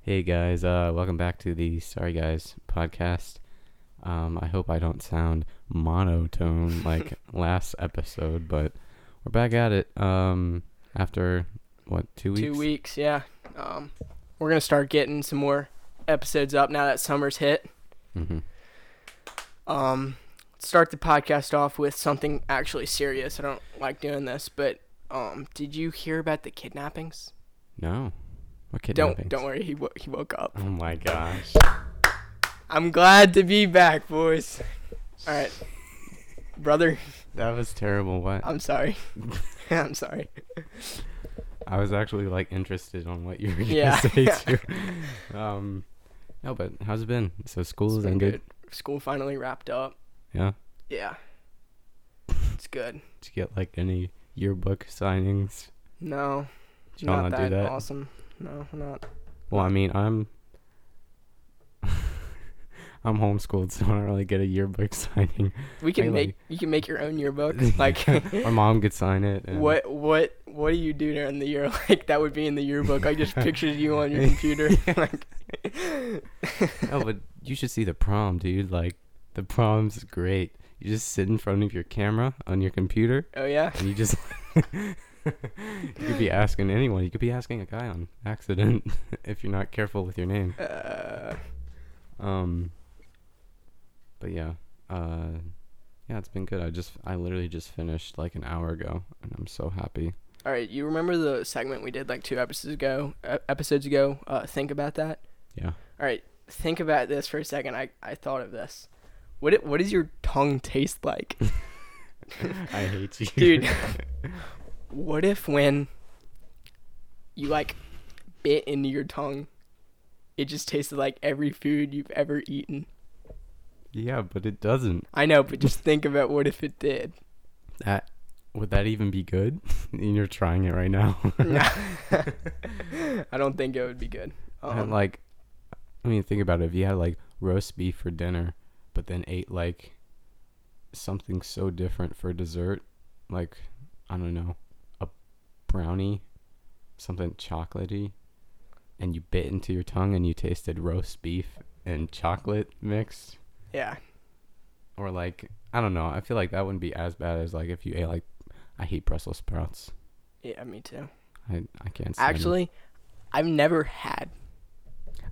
Hey guys, uh, welcome back to the Sorry Guys podcast. Um, I hope I don't sound monotone like last episode, but we're back at it. Um, after what two weeks? Two weeks, yeah. Um, we're gonna start getting some more episodes up now that summer's hit. hmm Um, start the podcast off with something actually serious. I don't like doing this, but um, did you hear about the kidnappings? No, what Don't kidnappings? don't worry, he wo- he woke up. Oh my gosh! I'm glad to be back, boys. All right, brother. That was terrible. What? I'm sorry. I'm sorry. I was actually like interested on what you were gonna Yeah, say yeah. too. Um, no, but how's it been? So school's It's been ended. good. School finally wrapped up. Yeah. Yeah, it's good. Did you get like any yearbook signings? No, Y'all not not do that, that? awesome. No, we're not. Well, I mean, I'm I'm homeschooled, so I don't really get a yearbook signing. We can Hey, like- make you can make your own yearbook. Like My mom could sign it. and- what what what do you do during the year? Like that would be in the yearbook. I just pictured you on your computer. like No, Oh, but you should see the prom, dude. Like the prom's great. You just sit in front of your camera on your computer, oh yeah. and you just you could be asking anyone. You could be asking a guy on accident if you're not careful with your name. Uh, Um. But yeah, uh, yeah, it's been good. I just I literally just finished like an hour ago, and I'm so happy. all right, you remember the segment we did like two episodes ago? Uh, episodes ago. Uh, think about that. Yeah. All right, think about this for a second. I I thought of this. What it, what does your tongue taste like? I hate you, dude what if when you like bit into your tongue it just tasted like every food you've ever eaten Yeah, but it doesn't. i know but just think about what if it did That would that even be good? and you're trying it right now. i don't think it would be good and um, like, I mean, think about it. If you had like roast beef for dinner, but then ate like something so different for dessert, like I don't know, a brownie, something chocolatey, and you bit into your tongue and you tasted roast beef and chocolate mix. yeah or like I don't know. I feel like that wouldn't be as bad as like if you ate like I hate Brussels sprouts. yeah me too I I can't. stand 'em. actually i've never had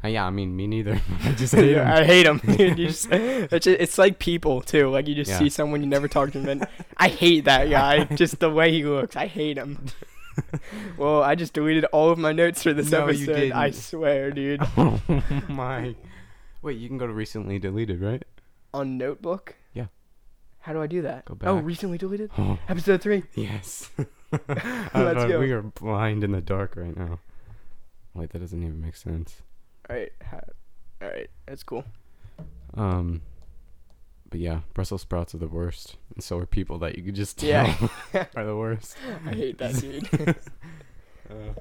Uh, yeah. I mean, me neither. I just hate 'em. i hate them it's, ju- it's like people too like you just Yeah. see someone you never talk to them and i hate that guy just the way he looks i hate him well i just deleted all of my notes for this No, you episode i didn't. swear dude oh my. Wait, you can go to recently deleted, right? on notebook Yeah. how do i do that Go oh back. recently deleted Oh episode three yes. I don't Let's know, go. Oh, We are blind in the dark right now. Wait, that doesn't even make sense. all right ha- all right that's cool Um. But yeah, Brussels sprouts are the worst, and so are people that you could just tell Yeah. are the worst. i hate that dude Uh,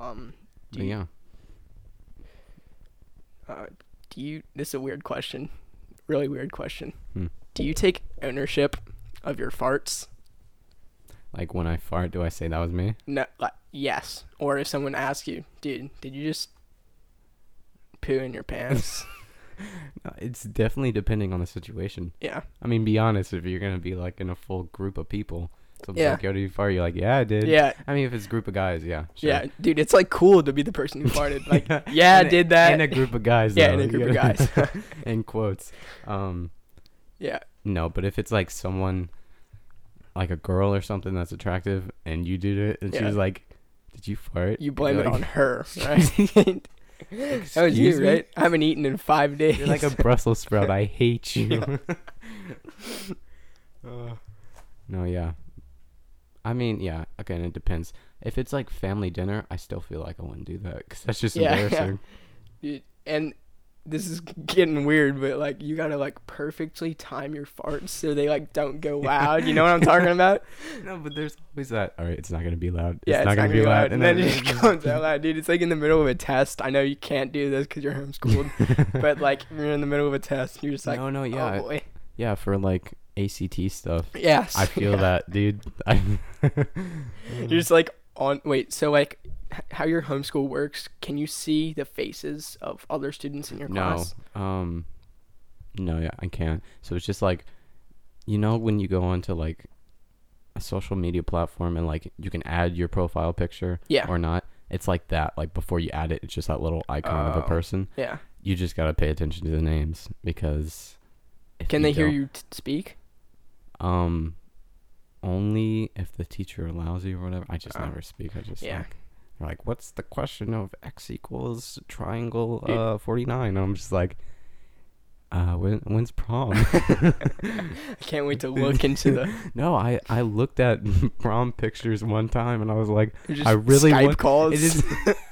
um but do you, yeah. uh, do you this is a weird question really weird question Hmm. do you take ownership of your farts Like when I fart, do I say that was me? No, like, yes. Or if someone asks you, dude, did you just poo in your pants? Uh, It's definitely depending on the situation. yeah. I mean, be honest, if you're gonna be like in a full group of people, so Yeah. like, yo, did you fart? You're like, yeah, I did. Yeah. I mean, if it's a group of guys, yeah. Sure. Yeah. Dude, it's like cool to be the person who farted. Like, Yeah. yeah, I In a- did that. In a group of guys. yeah, in though, a group you of guys. gotta- in quotes. Um, yeah. no, but if it's like someone, like a girl or something that's attractive, and you did it, and she Yeah. was like, "Did you fart?" You blame it You're on like, her, right? that was "Excuse you, me?" right? I haven't eaten in five days. You're like a Brussels sprout. I hate you. Uh. no, yeah. I mean, yeah. Again, it depends. If it's like family dinner, I still feel like I wouldn't do that because that's just Yeah, yeah. embarrassing. Dude, and this is getting weird, but like you gotta like perfectly time your farts so they like don't go loud. You know what I'm talking about? No, but there's always that. All right, it's not gonna be loud. Yeah, it's, not, gonna, be loud. And then it just comes out loud, dude. It's like in the middle of a test. I know you can't do this because you're homeschooled, but like you're in the middle of a test, and you're just like, no, no, yeah, oh boy, yeah. For like ACT stuff, yes. I feel that, dude. I, you're just like on. Wait, so like h- how your homeschool works, can you see the faces of other students in your No. class? Um no, yeah, I can't. So it's just like you know when you go onto like a social media platform and like you can add your profile picture Yeah. or not. It's like that. Like before you add it, it's just that little icon of a Oh. person. Yeah. You just got to pay attention to the names because if Can they hear don't- you t- speak? Um only if the teacher allows you or whatever. I just Oh. never speak. I just Yeah. like they're like, what's the question of x equals triangle Dude. uh, 49? And I'm just like, uh, when, when's prom? I can't wait to look into the no, I, I looked at prom pictures one time and I was like, just I really Skype want- calls. it is.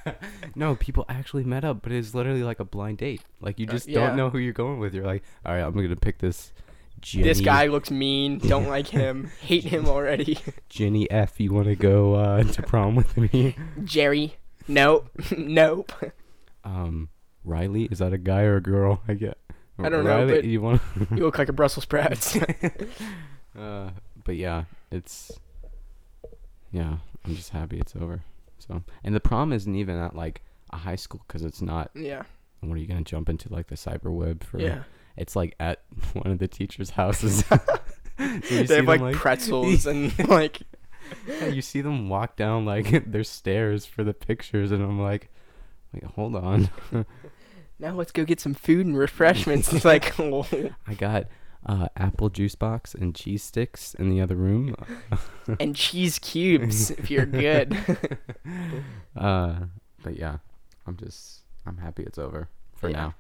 no, people actually met up, but it's literally like a blind date. Like, you Uh, just yeah. don't know who you're going with. You're like, all right, I'm going to pick this. Jenny, this guy looks mean. Don't like him. Hate him already. Jenny F. You want to go uh, to prom with me? Jerry. Nope. nope. Um, Riley, is that a guy or a girl? I get. I don't know, Riley, but- you want You look like a Brussels sprout. Uh, but yeah, it's yeah. I'm just happy it's over. So, and the prom isn't even at like a high school because it's not. yeah. What are you gonna jump into like the cyber web for? Yeah. It's like at one of the teachers' houses. So you they see them, have like, pretzels and like yeah, you see them walk down like their stairs for the pictures, and I'm like, like hold on, now let's go get some food and refreshments. It's like lol. I got uh, apple juice box and cheese sticks in the other room. and cheese cubes if you're good. Uh, but yeah, I'm just I'm happy it's over for Yeah.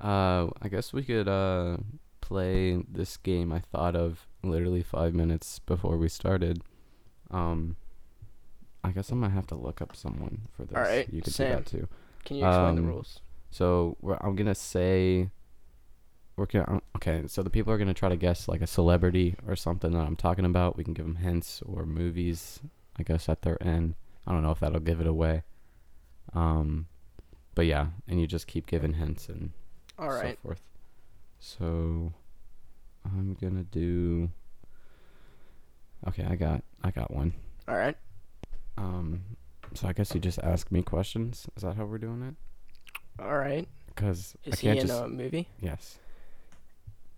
now. Uh, I guess we could uh play this game I thought of literally five minutes before we started. Um, I guess I might have to look up someone for this. Alright, you could do Sam. that too. Can you explain the Um, rules? So we're, I'm gonna say we're gonna um, okay. So the people are gonna try to guess like a celebrity or something that I'm talking about. We can give them hints or movies. I guess at their end. I don't know if that'll give it away. Um, but yeah, and you just keep giving hints and All right. so forth. So I'm gonna do. Okay, I got I got one. All right. Um, so I guess you just ask me questions. Is that how we're doing it? All right. Because I Is he can't in just a movie? yes.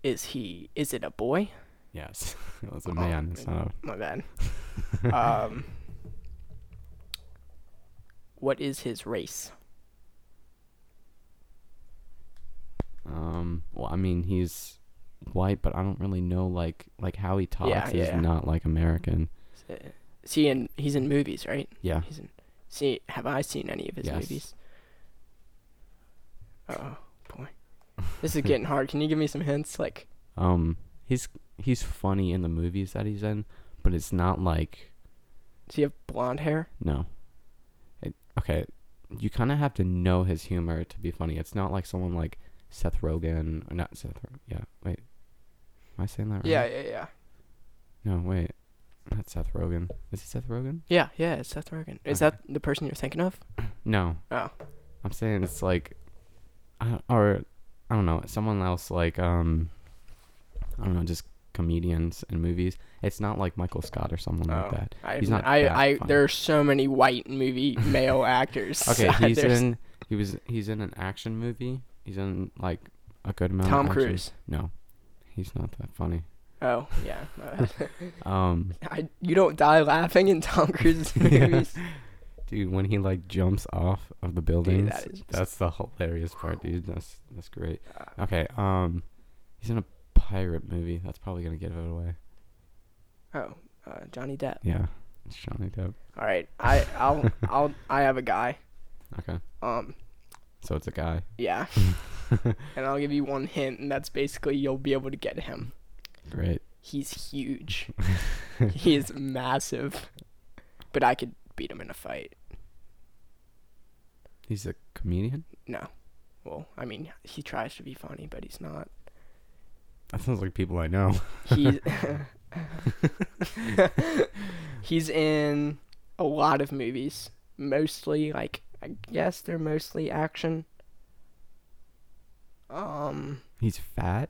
Is he? Is it a boy? Yes. It was a Oh, man. It's not My bad. um. What is his race? a, um well I mean he's white but I don't really know like like how he talks. Yeah, he's yeah. not like American. Is he in? He's in movies, right? Yeah. He's in. See, have I seen any of his Yes. movies? Oh boy, this is getting hard. Can you give me some hints? Like, Um he's he's funny in the movies that he's in, but it's not like does he have blonde hair? no. It, okay. You kind of have to know his humor to be funny. It's not like someone like Seth Rogen or not Seth. Ro- Yeah, wait. Am I saying that right? Yeah, yeah, yeah, No, wait. Not Seth Rogen. Is it Seth Rogen? yeah, yeah. It's Seth Rogen. Is Okay. that the person you're thinking of? No. Oh. I'm saying it's like, I, or I don't know, someone else like um, I don't know, just comedians and movies. It's not like Michael Scott or someone Oh, like that. I, He's not I, that I. funny. There are so many white movie male actors. Okay, he's There's in. He was. He's in an action movie. He's in like a good amount. of Tom um, action. Cruise. No, he's not that funny. Oh yeah, my bad. Um, I, you don't die laughing in Tom Cruise's Yeah. movies. dude, when he like jumps off of the buildings, Dude, that is that's the hilarious part, dude. That's that's great. Uh, Okay, um, he's in a pirate movie. That's probably gonna give it away. oh, uh, Johnny Depp. Yeah, it's Johnny Depp. All right, I, I'll, I'll, I have a guy. Okay, Um, so it's a guy. yeah, and I'll give you one hint, and that's basically you'll be able to get him. Great. He's huge. he is massive, but I could beat him in a fight. He's a comedian. No, well, I mean, he tries to be funny, but he's not. That sounds like people I know. He's he's in a lot of movies, mostly like I guess they're mostly action. Um, He's fat.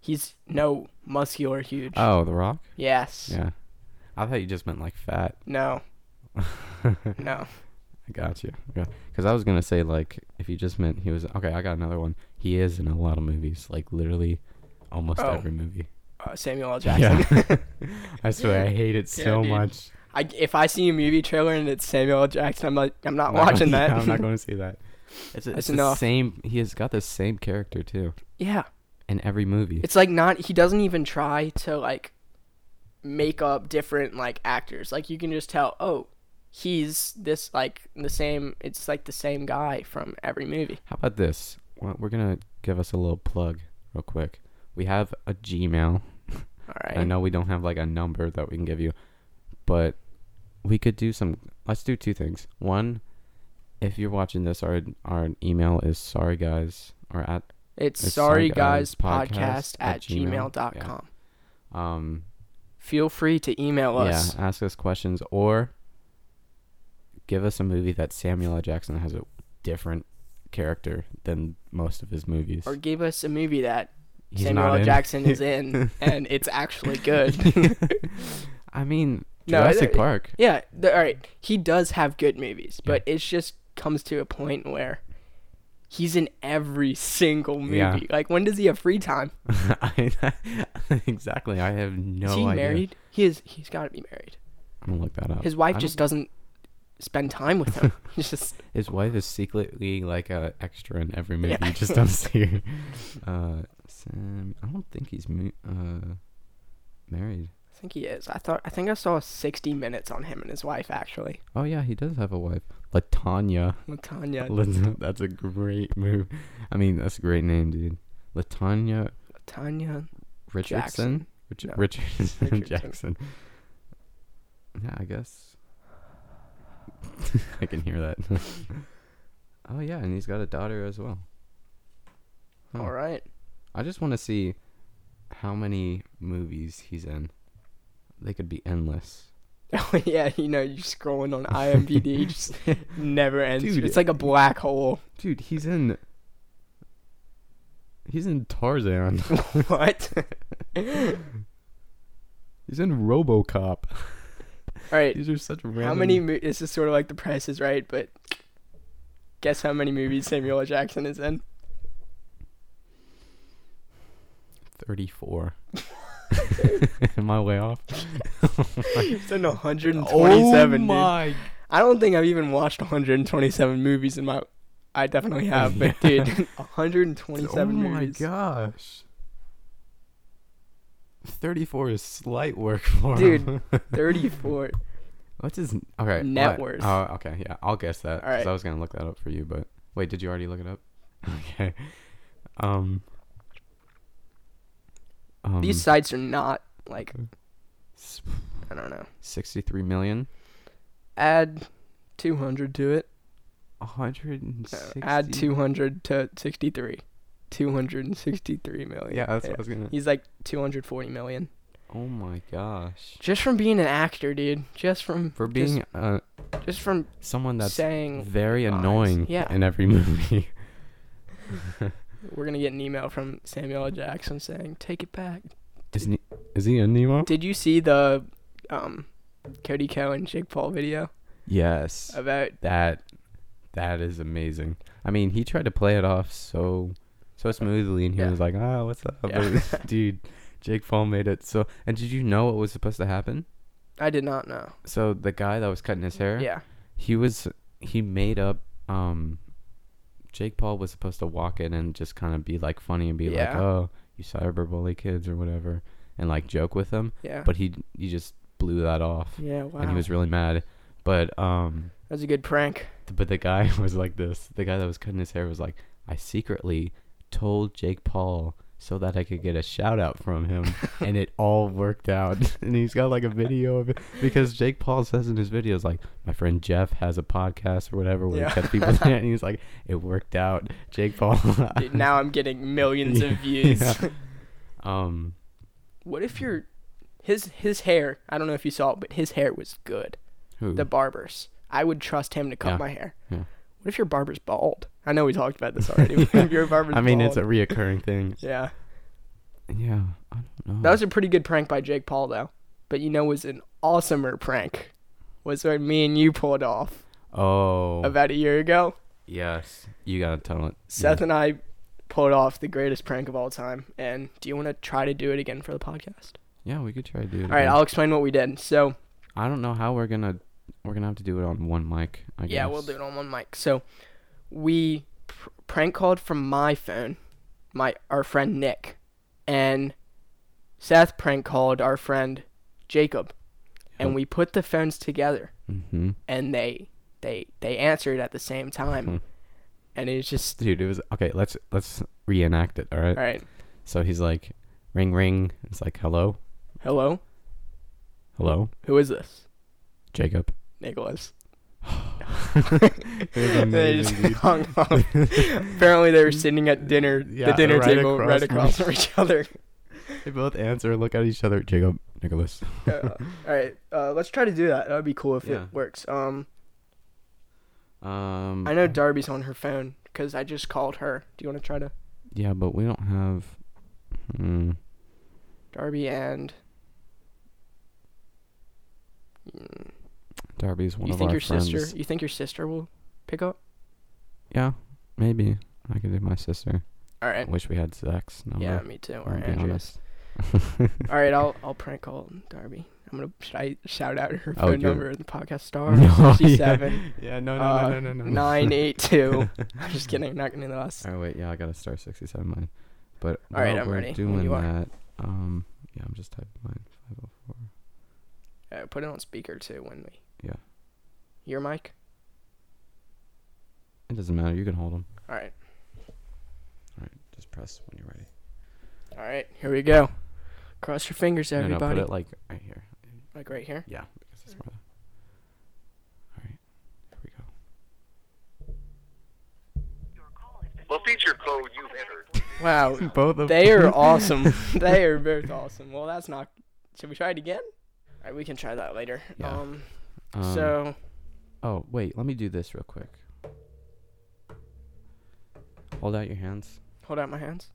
he's no muscular, huge. Oh, The Rock. yes. Yeah, I thought you just meant like fat. No. no. I Gotcha. Yeah. Because I was gonna say like if you just meant he was okay, I got another one. He is in a lot of movies, like literally almost Oh. every movie. Uh, Samuel L. Jackson. Yeah. I swear I hate it Yeah, so dude. much. I, if I see a movie trailer and it's Samuel L. Jackson, I'm like, I'm not No, watching yeah, that. I'm not going to see that. It's, That's it's the enough. same. He has got the same character too yeah, in every movie. it's like not. He doesn't even try to like make up different like actors. Like you can just tell. Oh, he's this like the same. It's like the same guy from every movie. How about this? Well, we're gonna give us a little plug real quick. We have a Gmail. All I right. know we don't have like a number that we can give you, but we could do some. Let's do two things. One, if you're watching this, our our email is sorry guys or at It's, It's Sorry sorry Guys guys podcast Podcast at at gmail. gmail.com. um Feel free to email us. yeah ask us questions or give us a movie that Samuel L. Jackson has a different character than most of his movies. Or give us a movie that He's Samuel not L. in. Jackson is in and it's actually good. I mean No, I- Jurassic Park. yeah, the, all right. He does have good movies, but it's just comes to a point where he's in every single movie. Yeah. Like when does he have free time? I- exactly. I have no is he idea. married? He is he's got to be married. I'm gonna look that up. His wife I just doesn't spend time with him. He's just His wife is secretly like a extra in every movie. Yeah. You just don't see her. Uh, Sam, I don't think he's mu- uh, married. I think he is. I thought I think I saw 60 minutes on him and his wife actually. Oh yeah, he does have a wife, Latanya. Latanya Lat- that's a great move. I mean, that's a great name, dude. Latanya Tanya Richardson. Jackson. Rich- No. Richardson Richardson. Jackson. Yeah, I guess. I can hear that. oh yeah, and he's got a daughter as well. Huh. All right. I just want to see how many movies he's in. They could be endless. Oh yeah, you know, you're scrolling on IMDb, it just never ends. Dude. it's like a black hole. Dude, he's in. He's in Tarzan. what? he's in RoboCop. All right. These are such random. How many? Mo- this is sort of like the Price is Right, but guess how many movies Samuel L. Jackson is in? Thirty-four. Am I way off? He's in 127. oh dude. my! I don't think I've even watched 127 movies in my. I definitely have, but Yeah. dude, 127 oh movies. my gosh. Thirty-four is slight work for Dude, him. 34. What's his n- okay? what- Net worth. Oh, okay. Yeah, I'll guess that. All 'cause right. I was gonna look that up for you, but wait, did you already look it up? Okay. Um. um These sites are not like s- I don't know. sixty-three million. Add 200 to it. A hundred and No, sixty. Uh, add 200 to 63. 263 million. Yeah, that's what I was gonna. He's like 240 million. Oh my gosh! Just from being an actor, dude. Just from For just- being uh, just, from someone that's saying very lines. annoying Yeah. in every movie. we're gonna get an email from Samuel L. Jackson saying, "Take it back." is he? Is he in Nemo? Did you see the um, Cody Ko and Jake Paul video Yes. about? That that is amazing. I mean, he tried to play it off so so smoothly, and he Yeah. was like, "Ah, what's up, Yeah. But, dude?" Jake Paul made it so. And did you know what was supposed to happen? I did not know. So the guy that was cutting his hair, Yeah. he was he made up. Um, Jake Paul was supposed to walk in and just kind of be like funny and be like, Yeah. "Oh, you cyberbully kids or whatever," and like joke with them. Yeah. But he he just blew that off, yeah. Wow. and he was really mad. But um. that was a good prank. Th- But the guy was like this. The guy that was cutting his hair was like, I secretly told Jake Paul so that I could get a shout out from him, and it all worked out. and he's got like a video of it because Jake Paul says in his videos like, my friend Jeff has a podcast or whatever where Yeah. he cuts people's hair, and he's like, it worked out, Jake Paul. Dude, now I'm getting millions of views. Yeah. um, What if your his his hair? I don't know if you saw it, but his hair was good. who? The barbers. I would trust him to cut Yeah. my hair. Yeah. What if your barber's bald? I know we talked about this already. but if your barber's I mean, bald, it's a reoccurring thing. yeah. Yeah, I don't know. That was a pretty good prank by Jake Paul though. But you know, was an awesomer prank. Was what me and you pulled off. Oh. about a year ago. yes. You gotta tell it. Seth and I pulled off the greatest prank of all time. And do you want to try to do it again for the podcast? Yeah, we could try to do it. All right, again. I'll explain what we did. So, I don't know how we're gonna. We're gonna have to do it on one mic. I guess. yeah, we'll do it on one mic. So, we pr- prank called from my phone, my our friend Nick, and Seth prank called our friend Jacob, and Yep. we put the phones together. Mm-hmm. and they they they answered at the same Hmm. time and it's just Dude, it was okay. Let's let's reenact it. All right. all right So he's like, ring ring. It's like hello, hello hello, who is this Jacob. nicholas It was they amazing, just dude. hung up. apparently they were sitting at dinner the Yeah, dinner right table across right from across from each other They both answer, look at each other. Jacob, Nicholas. uh, all right uh, let's try to do that that would be cool if Yeah. it works um Um. i know darby's on her phone because i just called her do you want to try to Yeah, but we don't have. Hmm. darby and Mm, Darby's one you of think our your friends. sister you think your sister will pick up Yeah, maybe I could do my sister. all right I wish we had sex. No, yeah no. me too I'll or be andrews honest. All right, I'll I'll prank call Darby. I'm gonna should I shout out her Oh, phone you're- number in the podcast star No, sixty seven Yeah. yeah, no, no, uh, no, no, no, no. nine eight two. I'm just kidding. I'm not gonna do us. Oh wait, yeah, I gotta start sixty-seven mine. But All right, while I'm we're ready. When doing you are. that, um, yeah, I'm just typing mine. Five oh four. Uh, put it on speaker too when we. Yeah. Your mic. It doesn't matter. You can hold them. All right. All right, just press when you're ready. All right. Here we go. Cross your fingers, No, no, everybody. put it like right here. like right here. Yeah, because it's more. All right, here we go. What feature code you've entered? Wow. Both of they are awesome. they are both awesome. Well, that's not. Should we try it again? All right, we can try that later. Yeah. Um, So Oh wait, let me do this real quick. Hold out your hands hold out my hands.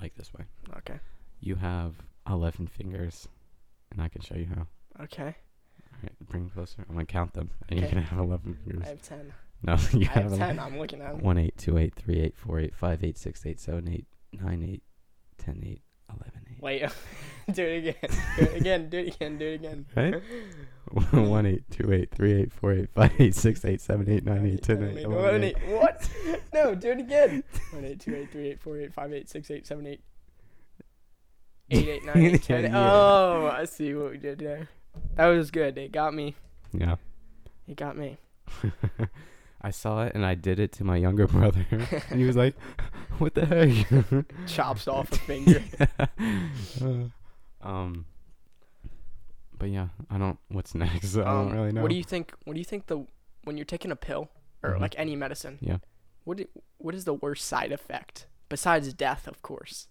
like this way. Okay. You have eleven fingers, and I can show you how. Okay. All right, bring closer. I'm gonna count them, and you're Okay. gonna have eleven fingers. I have ten. no, you I have ele- ten. I'm looking at 'em. one eight two eight three eight four eight five eight six eight seven eight nine eight ten eight eleven eight. Wait, do it again. Do it again. Do it again. Do it again. Right? One eight two eight three eight four eight five eight six eight seven eight nine eight ten eight eleven eight. What? No, do it again. One eight two eight three eight four eight five eight six eight seven eight. Eight eight nine eight ten. Yeah. Oh, I see what we did there. That was good. It got me. Oh. Yeah. It got me. I saw it and I did it to my younger brother, and he was like, "What the heck?" Chops off a finger. Uh, um. But yeah, I don't. What's next? I Um, don't really know. What do you think? What do you think the when you're taking a pill or Mhm. like any medicine? Yeah. What do, What is the worst side effect besides death, of course?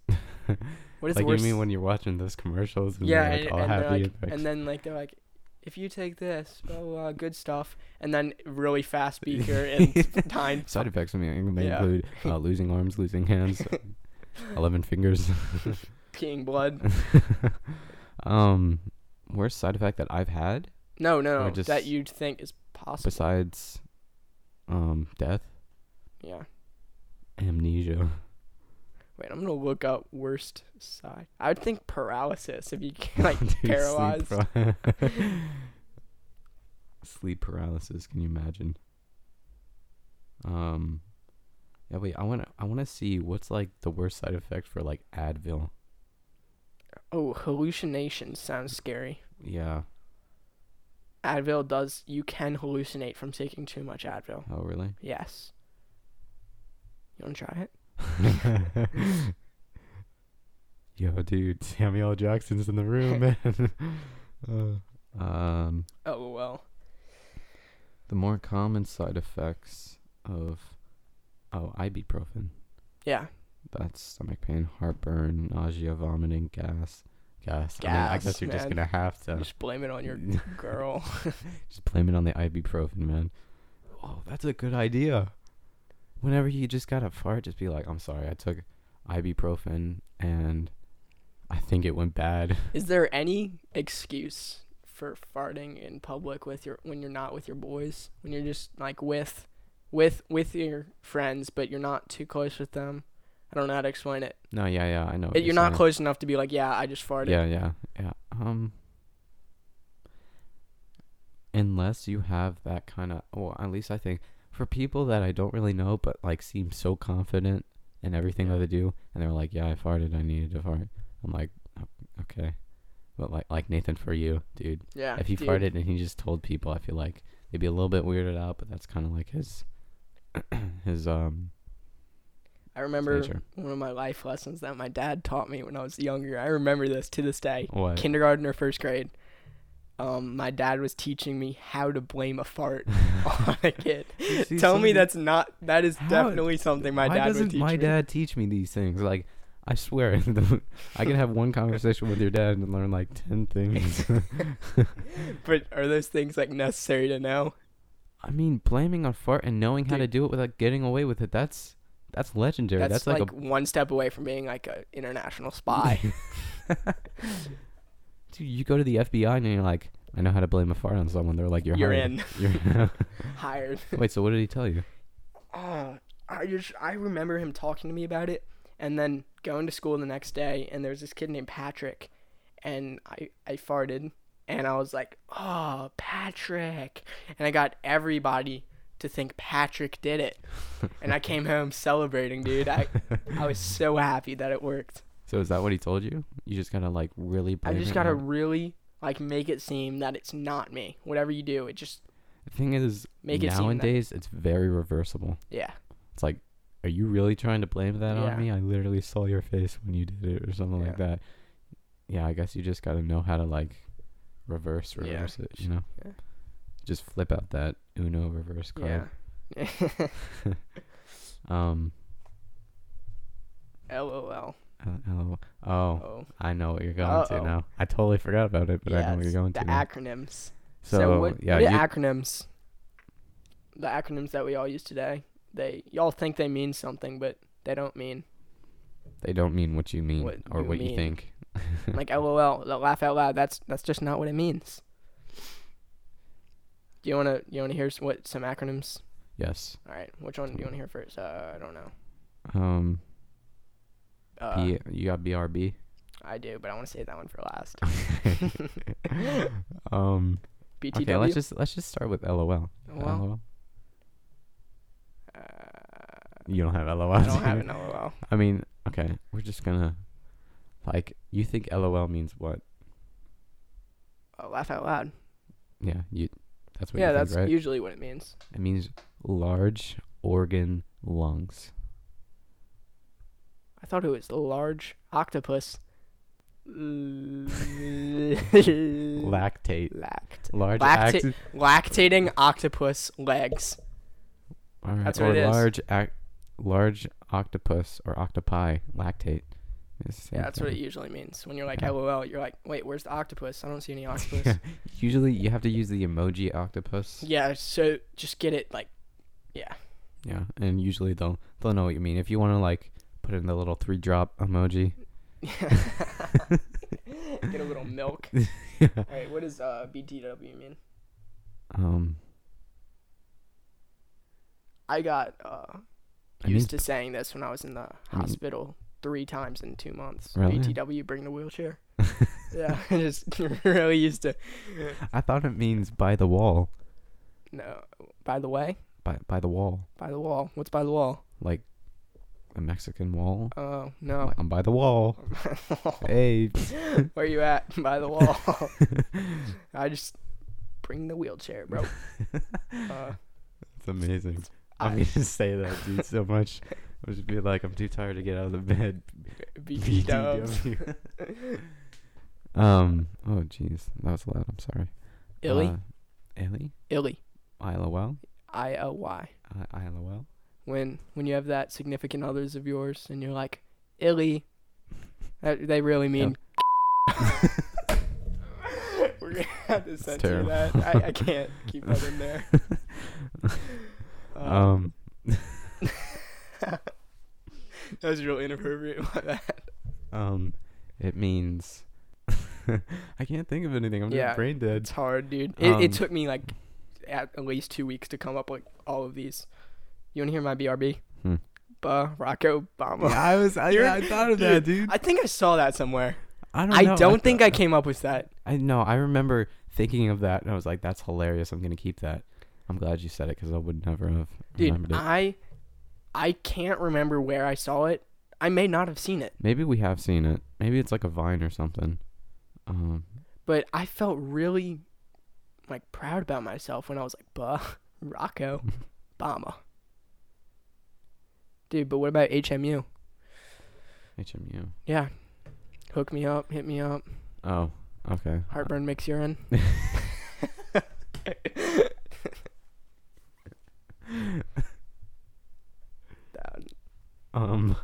What is like the worst? you mean when you're watching those commercials and yeah, yeah, like and, all and they're happy like, and, and then like they're like, if you take this, blah blah, blah, good stuff, and then really fast beaker and time. side effects I mean, may Yeah. include uh, losing arms, losing hands, uh, eleven fingers. peeing blood. um, worst side effect that I've had No, no, Or no just- that you'd think is possible. besides, um, death, yeah. amnesia. Wait, I'm gonna look up worst side. I would think paralysis if you get, like Dude, sleep paralyzed. par- sleep paralysis. Can you imagine? Um, yeah. Wait, I wanna, I wanna see what's like the worst side effect for like Advil. oh, hallucination sounds scary. Yeah. Advil does. You can hallucinate from taking too much Advil. Oh, really? Yes. You wanna try it? Yo, dude, Samuel Jackson's in the room, man. uh, um, Oh well. the more common side effects of oh ibuprofen. Yeah. That's stomach pain, heartburn, nausea, vomiting, gas, gas. I, mean, I Gas, guess you're just man. gonna have to Just blame it on your girl. just blame it on the ibuprofen, man. Oh, that's a good idea. Whenever you just got a fart, just be like, "I'm sorry, I took ibuprofen and I think it went bad." Is there any excuse for farting in public with your when you're not with your boys when you're just like with with with your friends but you're not too close with them i don't know how to explain it No, yeah, yeah, I know. what It- you're not saying. close enough to be like yeah i just farted Yeah, yeah, yeah. Um, unless you have that kind of, well, at least I think for people that I don't really know, but like seem so confident in everything that they do, and they're like, "Yeah, I farted. I needed to fart." I'm like, "Oh, okay, but like, like Nathan, for you, dude, yeah if he dude. farted and he just told people, I feel like they'd be a little bit weirded out, but that's kind of like his, his um, i remember nature. one of my life lessons that my dad taught me when i was younger i remember this to this day what? kindergarten or first grade um, my dad was teaching me how to blame a fart on a kid. You see Tell me something- that's not that is How- definitely something my Why dad doesn't would teach my me. dad teach me these things? Like, I swear, the- I could have one conversation with your dad and learn like ten things. But are those things like necessary to know? I mean, blaming on fart and knowing how to do it without getting away with it—that's that's legendary. That's, That's, like, like, one step away from being like an international spy. a dude. You go to the FBI and you're like, I know how to blame a fart on someone. They're like, you're You're hired. in. You're Hired. Wait, so what did he tell you? Oh, I just I remember him talking to me about it, and then going to school the next day, and there was this kid named Patrick, and I I farted, and I was like, oh Patrick, and I got everybody to think Patrick did it, and I came home celebrating, dude. I I was so happy that it worked. So is that what he told you? You just gotta like really. I Blame just it gotta on- really like make it seem that it's not me. Whatever you do, it just The thing is, make it seem that- nowadays it's very reversible. yeah. It's like, are you really trying to blame that Yeah. on me? I literally saw your face when you did it or something like that. Yeah, I guess you just got to know how to like reverse Yeah. reverse it, you know? Yeah. Just flip out that Uno reverse Yeah. card. Um LOL. uh, hello. Oh, Oh. I know what you're going Uh-oh. to now. I totally forgot about it, but I know what you're Yes, going the to. now. acronyms. so, what, yeah, what do you- acronyms? The acronyms that we all use today. They y'all think they mean something, but they don't mean. they don't mean what you mean What or you what mean. you think. Like LOL, la- laugh out loud. That's that's just not what it means. Do you wanna you wanna hear s- what some acronyms? yes. All right, which one do you wanna hear first? Uh, I don't know. Um Uh, P- you got BRB. I do, but I wanna save that one for last. um BTW. Okay, let's just let's just start with LOL. LOL? uh, um, You don't have LOL. I don't have an LOL. I mean, okay, we're just gonna like you think LOL means what? Oh, laugh out loud. Yeah, you. That's what. yeah, you that's think, right. usually what it means. It means large organ lungs. I thought it was large octopus. Lact- Lactate. Large Mm. Lacta- acti- lactating octopus legs. All right, that's what or it is. large ac- large octopus or octopi lactate. It's the same Yeah, that's what it thing. usually means. When you're like Yeah. LOL, you're like, wait, where's the octopus? I don't see any octopus. Usually, you have to use the emoji octopus. yeah, so just get it like, yeah, Yeah, and usually they'll they'll know what you mean. If you want to like put in the little three drop emoji, get a little milk. All right, what does uh, BTW mean? um, I got uh, I mean- used to saying this when I was in the mean- hospital three times in two months. Really? BTW, bring the wheelchair. yeah, I just really used to. I thought it means by the wall, No, by the way, by by the wall, by the wall. What's by the wall? like a Mexican wall. Oh no. Like, I'm by the wall. Hey, Where you at? By the wall. I just bring the wheelchair, bro. Uh, it's amazing. I- I'm gonna say that dude so much. I would just be like, I'm too tired to get out of the bed. BTW. BTW. um. Oh, jeez, that was loud. I'm sorry. Illy, Uh, Illy. illy, ILOL. I L Y. I- ILOL. When when you have that significant others of yours and you're like, illy, that, they really mean We're gonna have to censor terrible. that. I, I can't keep that in there. Uh, Um. that was real inappropriate. My bad. Um, it means I can't think of anything. I'm Yeah. just brain dead. It's hard, dude. It, Um, it took me like at at least two weeks to come up with all of these. You want to hear my BRB? Hmm. Barack Obama. I was. I, You're- I thought of that, dude. I think I saw that somewhere. I don't. I know. don't, think I came up with that. I know. I remember thinking of that, and I was like, "That's hilarious. I'm gonna keep that." I'm glad you said it because I would never have Dude, remembered it. I I can't remember where I saw it. I may not have seen it, Maybe we have seen it. Maybe it's like a vine or something. Um, but I felt really like proud about myself when I was like, "Bah, Rocco, Obama." Dude, but what about HMU? HMU. Yeah. Hook me up, hit me up. Oh, okay. Heartburn makes urine. That- Um,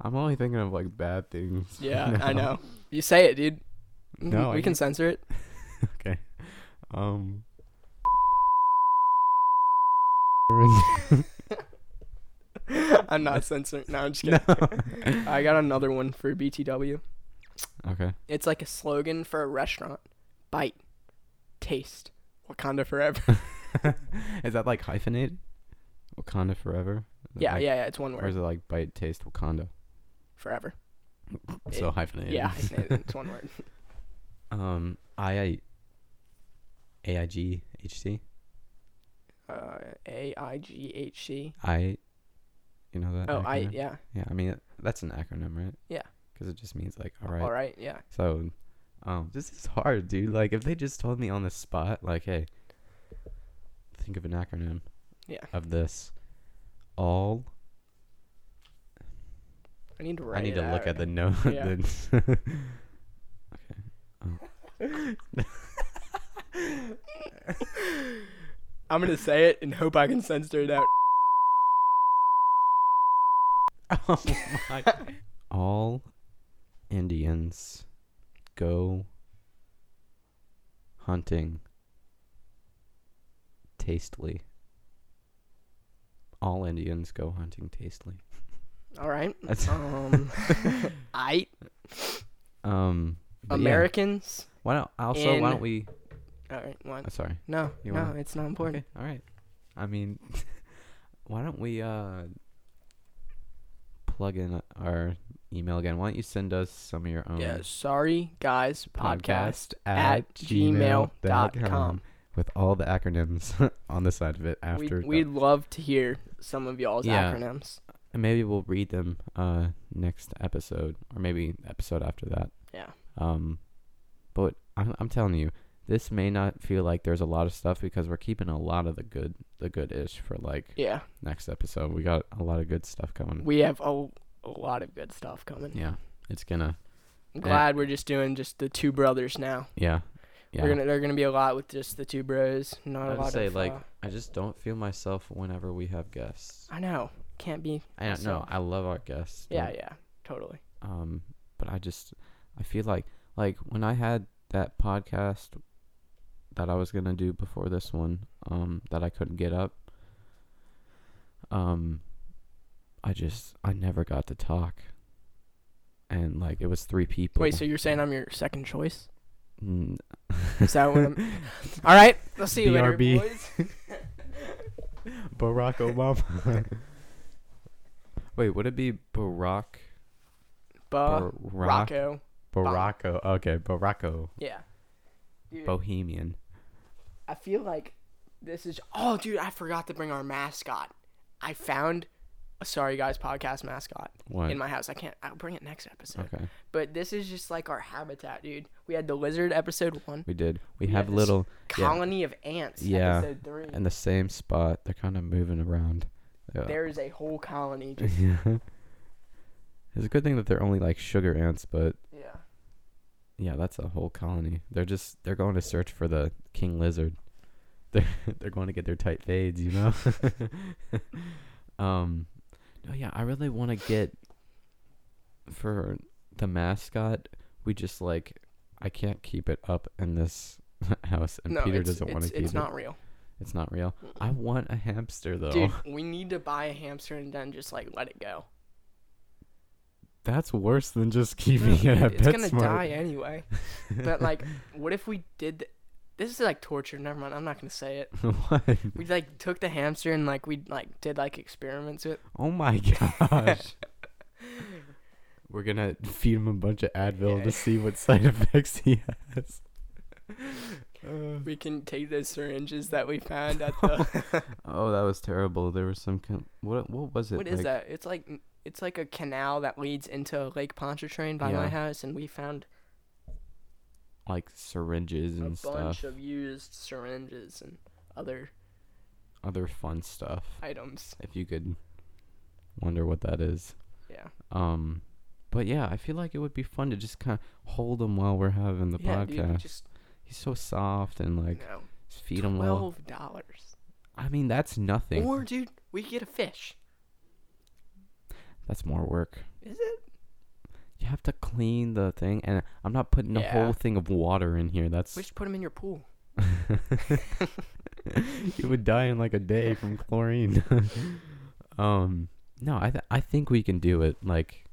I'm only thinking of like bad things. yeah, now. I know. You say it, dude. No, we I can get- censor it. Okay. Um. I'm not censoring. No, I'm just no. kidding. I got another one for BTW. Okay. It's like a slogan for a restaurant. Bite, taste, Wakanda forever. Is that like hyphenated? Wakanda forever. Is that yeah, like- yeah, yeah. It's one Or is word. it like bite taste Wakanda? Forever. So hyphenated. Yeah, it's one word. Um. I. A I G H C. Uh, A I G H C. I. You know that. Oh, I acronym? yeah. Uh, Yeah, I mean that's an acronym, right? Yeah. Because it just means like all right. All right, yeah. So, um, this is hard, dude. Like, if they just told me on the spot, like, hey, think of an acronym. Yeah. Of this, all I need to write. I need it to look out. at the note. Yeah. then- okay. Um, I'm gonna say it and hope I can censor it out. oh my. all Indians go hunting tastely. All Indians go hunting tastely. All right. That's- Um, I Um, but yeah. Americans. Why don't also? in- why don't we? All right. One. Oh, sorry. No, You no, wanna- it's not Okay, important. all right. I mean, why don't we uh plug in our email again? Why don't you send us some of your own? Yeah, sorry guys, podcast, at gmail dot gmail.com. com with all the acronyms on the side of it We, after. we'd that. love to hear some of y'all's Yeah. acronyms. And maybe we'll read them uh next episode or maybe episode after that. Yeah. Um, but I'm, I'm telling you, this may not feel like there's a lot of stuff because we're keeping a lot of the good, the good ish for like Yeah, next episode. We got a lot of good stuff coming. we have a, a lot of good stuff coming. yeah, it's gonna. I'm glad we're just doing just the two brothers now. Yeah, yeah. We're gonna there are gonna be a lot with just the two bros. Not a I lot would say of. like uh, I just don't feel myself whenever we have guests. I know can't be. I don't know. myself. I love our guests. Yeah, but, yeah, totally. Um, but I just I feel like like when I had that podcast that I was gonna do before this one, um, that I couldn't get up. Um, I just I never got to talk. And like it was three people. Wait, so you're saying I'm your second choice? Mm, Is that what I'm? All right, I'll see you BRB. later, boys. Barack Obama. Wait, would it be Barack? Barack. Ba Rocco. Baracko. Okay, Baracko. Yeah. Dude, Bohemian. I feel like this is. Oh, dude, I forgot to bring our mascot. I found a Sorry Guys podcast mascot What? in my house. I can't. I'll bring it next episode. okay, But this is just like our habitat, dude. We had the lizard episode one, we did. We Yeah, have this- little yeah. colony of ants Yeah. episode three. in the same spot. They're kind of moving around. Yeah. there is a whole colony. Just, Yeah. It's a good thing that they're only like sugar ants, but yeah. yeah, that's a whole colony. They're just they're going to search for the king lizard. They're they're going to get their tight fades, you know. um, no, yeah, I really want to get for the mascot. We just like I can't keep it up in this house, and no, Peter it's, doesn't want to it's, keep it's it. not real. It's not real. I want a hamster though. Dude, we need to buy a hamster and then just like let it go. That's worse than just keeping it at it's gonna PetSmart. die anyway. But like, what if we did? Th- this is like torture. Never mind. I'm not gonna say it. what? We like took the hamster and like we like did like experiments with. Oh my gosh. We're gonna feed him a bunch of Advil Yeah. to see what side effects he has. We can take those syringes that we found at the. Oh, that was terrible. There was some con- what? What was it? what is like? that? It's like it's like a canal that leads into Lake Pontchartrain by my Yeah. house, and we found Like syringes a and bunch stuff, of used syringes and other other fun stuff. items. If you could wonder what that is. Yeah. Um, but yeah, I feel like it would be fun to just kind of hold him while we're having the yeah, podcast. dude. Just He's so soft and like no. just feed him little. Twelve dollars. I mean, that's nothing. Or dude, we get a fish. That's more work. Is it? You have to clean the thing, and I'm not putting a Yeah. whole thing of water in here. That's We should put them in your pool. you would die in like a day from chlorine. um, no, I th- I think we can do it. Like,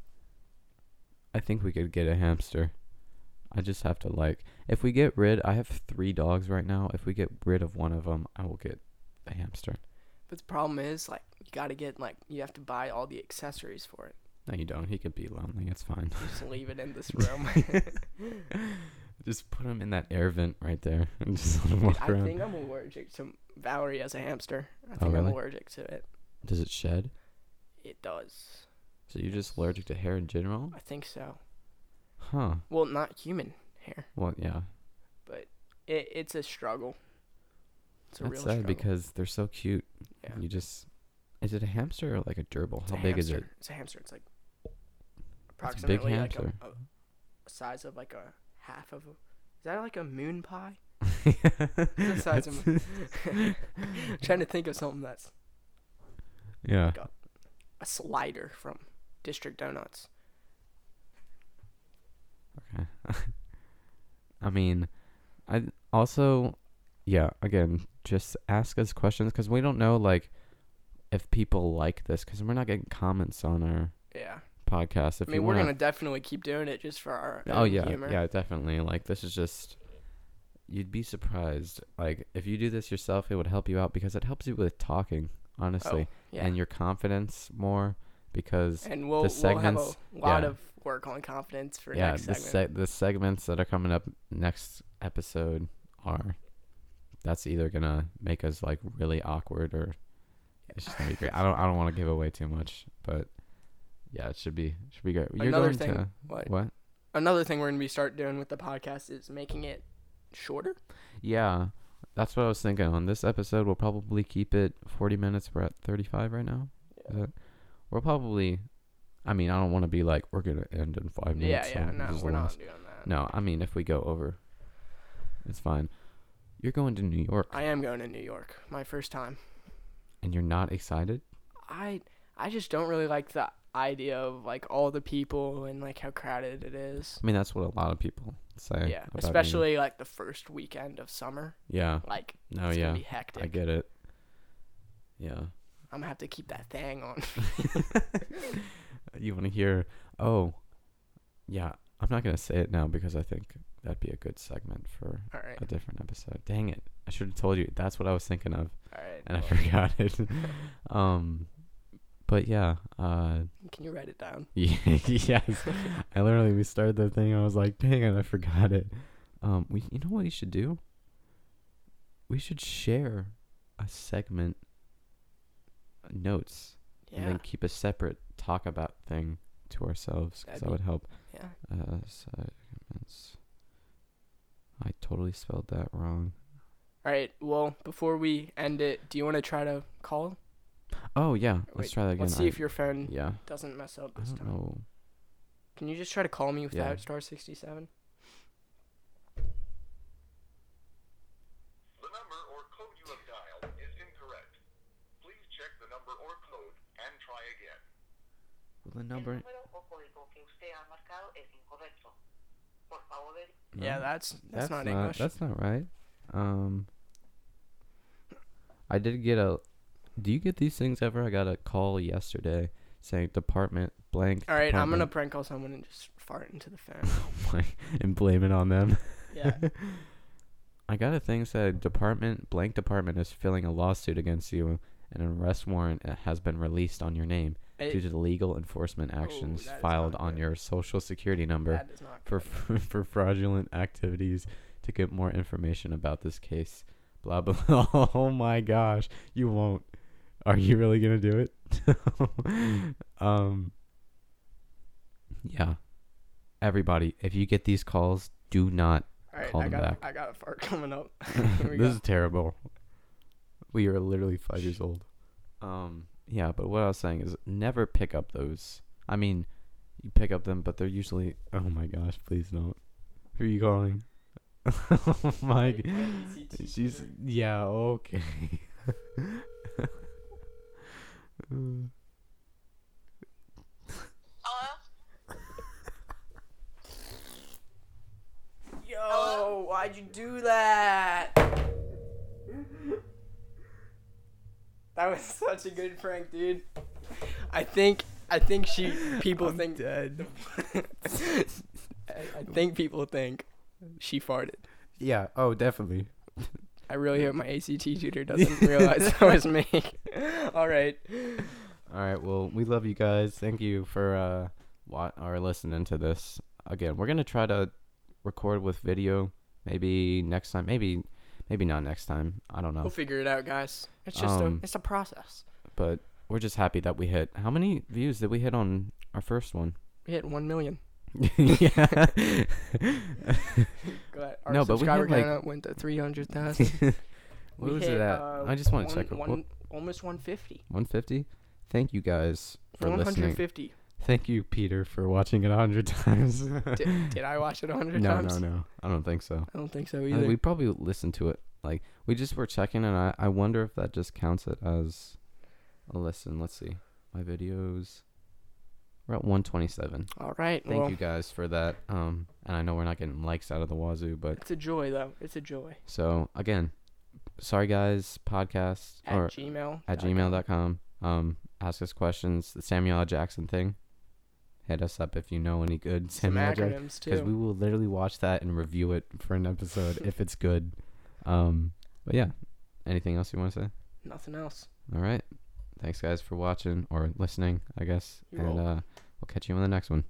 I think we could get a hamster. I just have to like if we get rid. I have three dogs right now. If we get rid of one of them, I will get a hamster. But the problem is, like, you gotta get like you have to buy all the accessories for it. No, you don't. He could be lonely. It's fine. You just leave it in this room. just put him in that air vent right there and just let him Dude, walk I around. Oh, think I'm allergic to Valerie as a hamster. I think I'm really? allergic to it. Does it shed? It does. So you're just allergic to hair in general? I think so. Huh. Well, not human hair, Well, yeah. but it, it's a struggle. It's a That's real sad struggle. because they're so cute. Yeah. You just is it a hamster or like a gerbil? it's How a big is hamster. it? It's a hamster. It's like It's a approximately big like a, hamster. a, a size of like a half of. A, is that like a moon pie? It's the size of. a- trying to think of something that's yeah. a slider from District Donuts. Okay. I mean, I also, yeah. Again, just ask us questions because we don't know like if people like this because we're not getting comments on our Yeah. podcast. If I you mean, we're wanna, going to definitely keep doing it just for our Oh own yeah, humor. yeah, definitely. Like this is just you'd be surprised. Like if you do this yourself, it would help you out because it helps you with talking, honestly, Oh, yeah. and your confidence more because And we'll, the segments- we'll have a lot yeah. of work on confidence for yeah, next the segment. seg the segments that are coming up next episode are that's either gonna make us like really awkward or it's just gonna be great. I don't I don't want to give away too much, but yeah, it should be should be great. You're Another going thing- to what? what? Another thing we're going to be start doing with the podcast is making it shorter. Yeah, that's what I was thinking. On this episode, we'll probably keep it 40 minutes. We're at 35 right now. Is it? We'll probably. I mean, I don't want to be like we're gonna end in five yeah, minutes. so yeah. this No, is the we're not last- doing that. No, I mean if we go over, it's fine. You're going to New York, I am going to New York. My first time. and you're not excited. I I just don't really like the idea of like all the people and like how crowded it is. I mean, that's what a lot of people say. about New yeah, York. especially like the first weekend of summer. Yeah. Like No. it's Oh, yeah. gonna be hectic. I get it. Yeah. I'm gonna have to keep that thing on. you want to hear oh yeah i'm not going to say it now because i think that'd be a good segment for All right, a different episode dang it i should have told you that's what i was thinking of all right. and i well, forgot it um but yeah uh can you write it down? yes i literally we started the thing i was like dang it i forgot it um we you know what we should do we should share a segment uh, notes Yeah, and then keep a separate talk about thing to ourselves because That'd that be- would help. yeah. Uh, segments. I totally spelled that wrong. All right. Well, before we end it, do you want to try to call? Oh yeah, Wait, let's try that again. Let's see I- if your phone yeah. doesn't mess up I this don't time. know. Can you just try to call me Yeah. without star sixty seven? The number or code you have dialed is incorrect. Please check the number or code and try again. Well, the El number. número o código que usted ha marcado es incorrecto. Por favor, verifique. Yeah, no, that's that's, not, English. That's not right. Um. I did get a. Do you get these things ever? I got a call yesterday saying department blank. All right, I'm gonna department prank call someone and just fart into the fan. blank, and blame it on them. Yeah. I got a thing said department blank department is filing a lawsuit against you, and an arrest warrant uh, has been released on your name It- Oh, due to the legal enforcement actions that is filed not on good. your social security number that is not for good. for fraudulent activities. To get more information about this case, blah blah. Oh my gosh, you won't. Are you really gonna do it? um. Yeah. Everybody, if you get these calls, do not All right, call I them got back. I got a fart coming up. Here we this go. is terrible. We are literally five years old. Um, yeah, but what I was saying is never pick up those. I mean, you pick up them, but they're usually. Oh my gosh! Please don't. Who are you calling? oh my. g- She's yeah okay. Hello? Yo, why'd you do that? That was such a good prank, dude. I think I think she people think dead. I, I think people think she farted. yeah. Oh, definitely. I really hope my ACT tutor doesn't realize that was me. All right. All right. Well, we love you guys. Thank you for uh wa- or listening to this. Again, we're gonna try to record with video. Maybe next time. Maybe maybe not next time. I don't We'll know. figure it out, guys. Oh. It's just Um, a it's a process. But we're just happy that we hit. How many views did we hit on our first one? We hit 1 million. yeah. Go ahead. Our No, but we subscriber had, like- count went to 300,000. what We was hit, it at? uh, I just want one- to check. one- almost 150. One fifty. Thank you guys for listening. 150. Thank you, Peter, for watching it a hundred times. Did, did I watch it 100 no, times? no, no. I don't think so. I don't think so I- either. we probably listened to it. Like we just were checking, and I, I wonder if that just counts it as a listen. Let's see. My videos. We're at 127. All right. Thank well, you guys for that. Um, and I know we're not getting likes out of the wazoo, but It's a joy, though. It's a joy. so again, sorry guys. Podcast At or Gmail. at gmail.com. Um, ask us questions. The Samuel L. Jackson thing. Hit us up if you know any good Some Samuel L. Jackson acronyms, because too. we will literally watch that and review it for an episode if it's good. Um, but yeah, anything else you want to say? Nothing else. All right, thanks guys for watching or listening, I guess, You're and uh, welcome. we'll catch you on the next one.